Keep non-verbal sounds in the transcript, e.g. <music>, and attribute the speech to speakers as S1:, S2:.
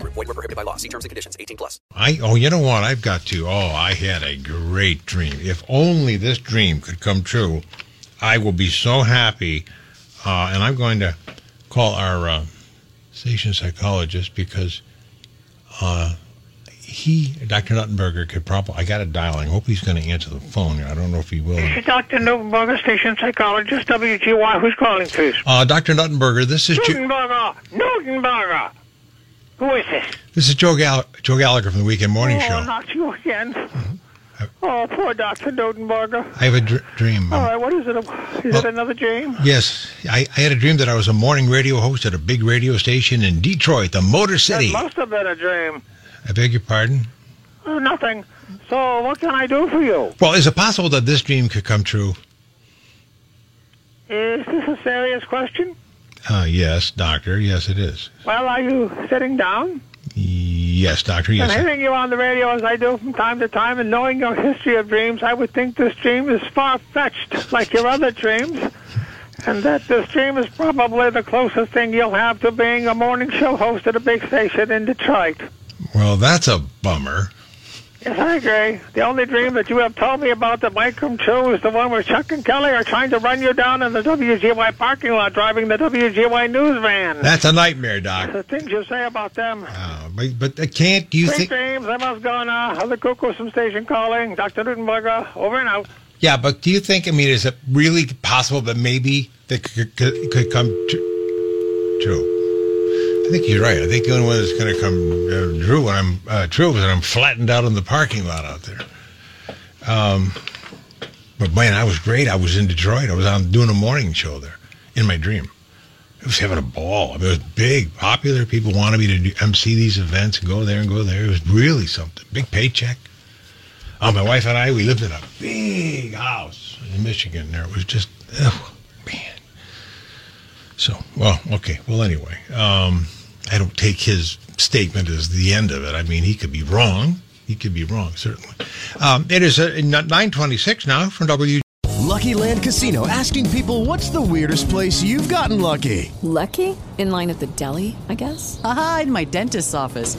S1: Group. Void were prohibited by law. See terms and conditions. 18 plus.
S2: I oh you know what I've got to oh I had a great dream. If only this dream could come true, I will be so happy. Uh, and I'm going to call our uh, station psychologist because uh, he Dr. Nuttenberger could probably I got a dialing. Hope he's going to answer the phone. I don't know if he will.
S3: <laughs> Hey, Dr. Newberger, station psychologist, WGY. Who's calling, please?
S2: Uh, Dr. Nuttenberger, this is. Ju-
S3: Newtonberger! Newtonberger! Who is this?
S2: This is Joe, Gall- Joe Gallagher from the Weekend Morning
S3: oh,
S2: Show.
S3: not you again. Oh, poor Dr. Newtonberger.
S2: I have a dr- dream.
S3: All
S2: um,
S3: right, what is it? Is it another dream?
S2: yes, I, I had a dream that I was a morning radio host at a big radio station in Detroit, the Motor City.
S3: That must have been a dream.
S2: I beg your pardon.
S3: Oh, nothing. So, what can I do for you?
S2: Well, is it possible that this dream could come true?
S3: Is this a serious question?
S2: Uh, yes, doctor. Yes, it is.
S3: Well, are you sitting down?
S2: Yes, doctor. Yes.
S3: And hearing you on the radio as I do from time to time and knowing your history of dreams, I would think this dream is far fetched, like your other dreams, and that this dream is probably the closest thing you'll have to being a morning show host at a big station in Detroit.
S2: Well, that's a bummer.
S3: Yes, I agree. The only dream that you have told me about that might come true is the one where Chuck and Kelly are trying to run you down in the WGY parking lot driving the WGY news van.
S2: That's a nightmare, doc.
S3: The things you say about them.
S2: Uh, but but uh, can't you
S3: Great
S2: think?
S3: dreams. I must go now. Other cuckoo from station calling. Dr. Rutenberger, over and out.
S2: Yeah, but do you think? I mean, is it really possible that maybe that could, could, could come tr- true? I think you're right. I think the only one that's going to come uh, true when I'm uh, true is when I'm flattened out in the parking lot out there. Um, but man, I was great. I was in Detroit. I was on doing a morning show there in my dream. I was having a ball. I mean, it was big, popular. People wanted me to do, MC these events, go there and go there. It was really something. Big paycheck. Uh, my wife and I, we lived in a big house in Michigan. There it was just, oh, man. So, well, okay. Well, anyway, um, I don't take his statement as the end of it. I mean, he could be wrong. He could be wrong, certainly. Um, it is uh, 926 now from W.
S4: Lucky Land Casino asking people what's the weirdest place you've gotten lucky?
S5: Lucky? In line at the deli, I guess? Uh,
S6: Aha, in my dentist's office.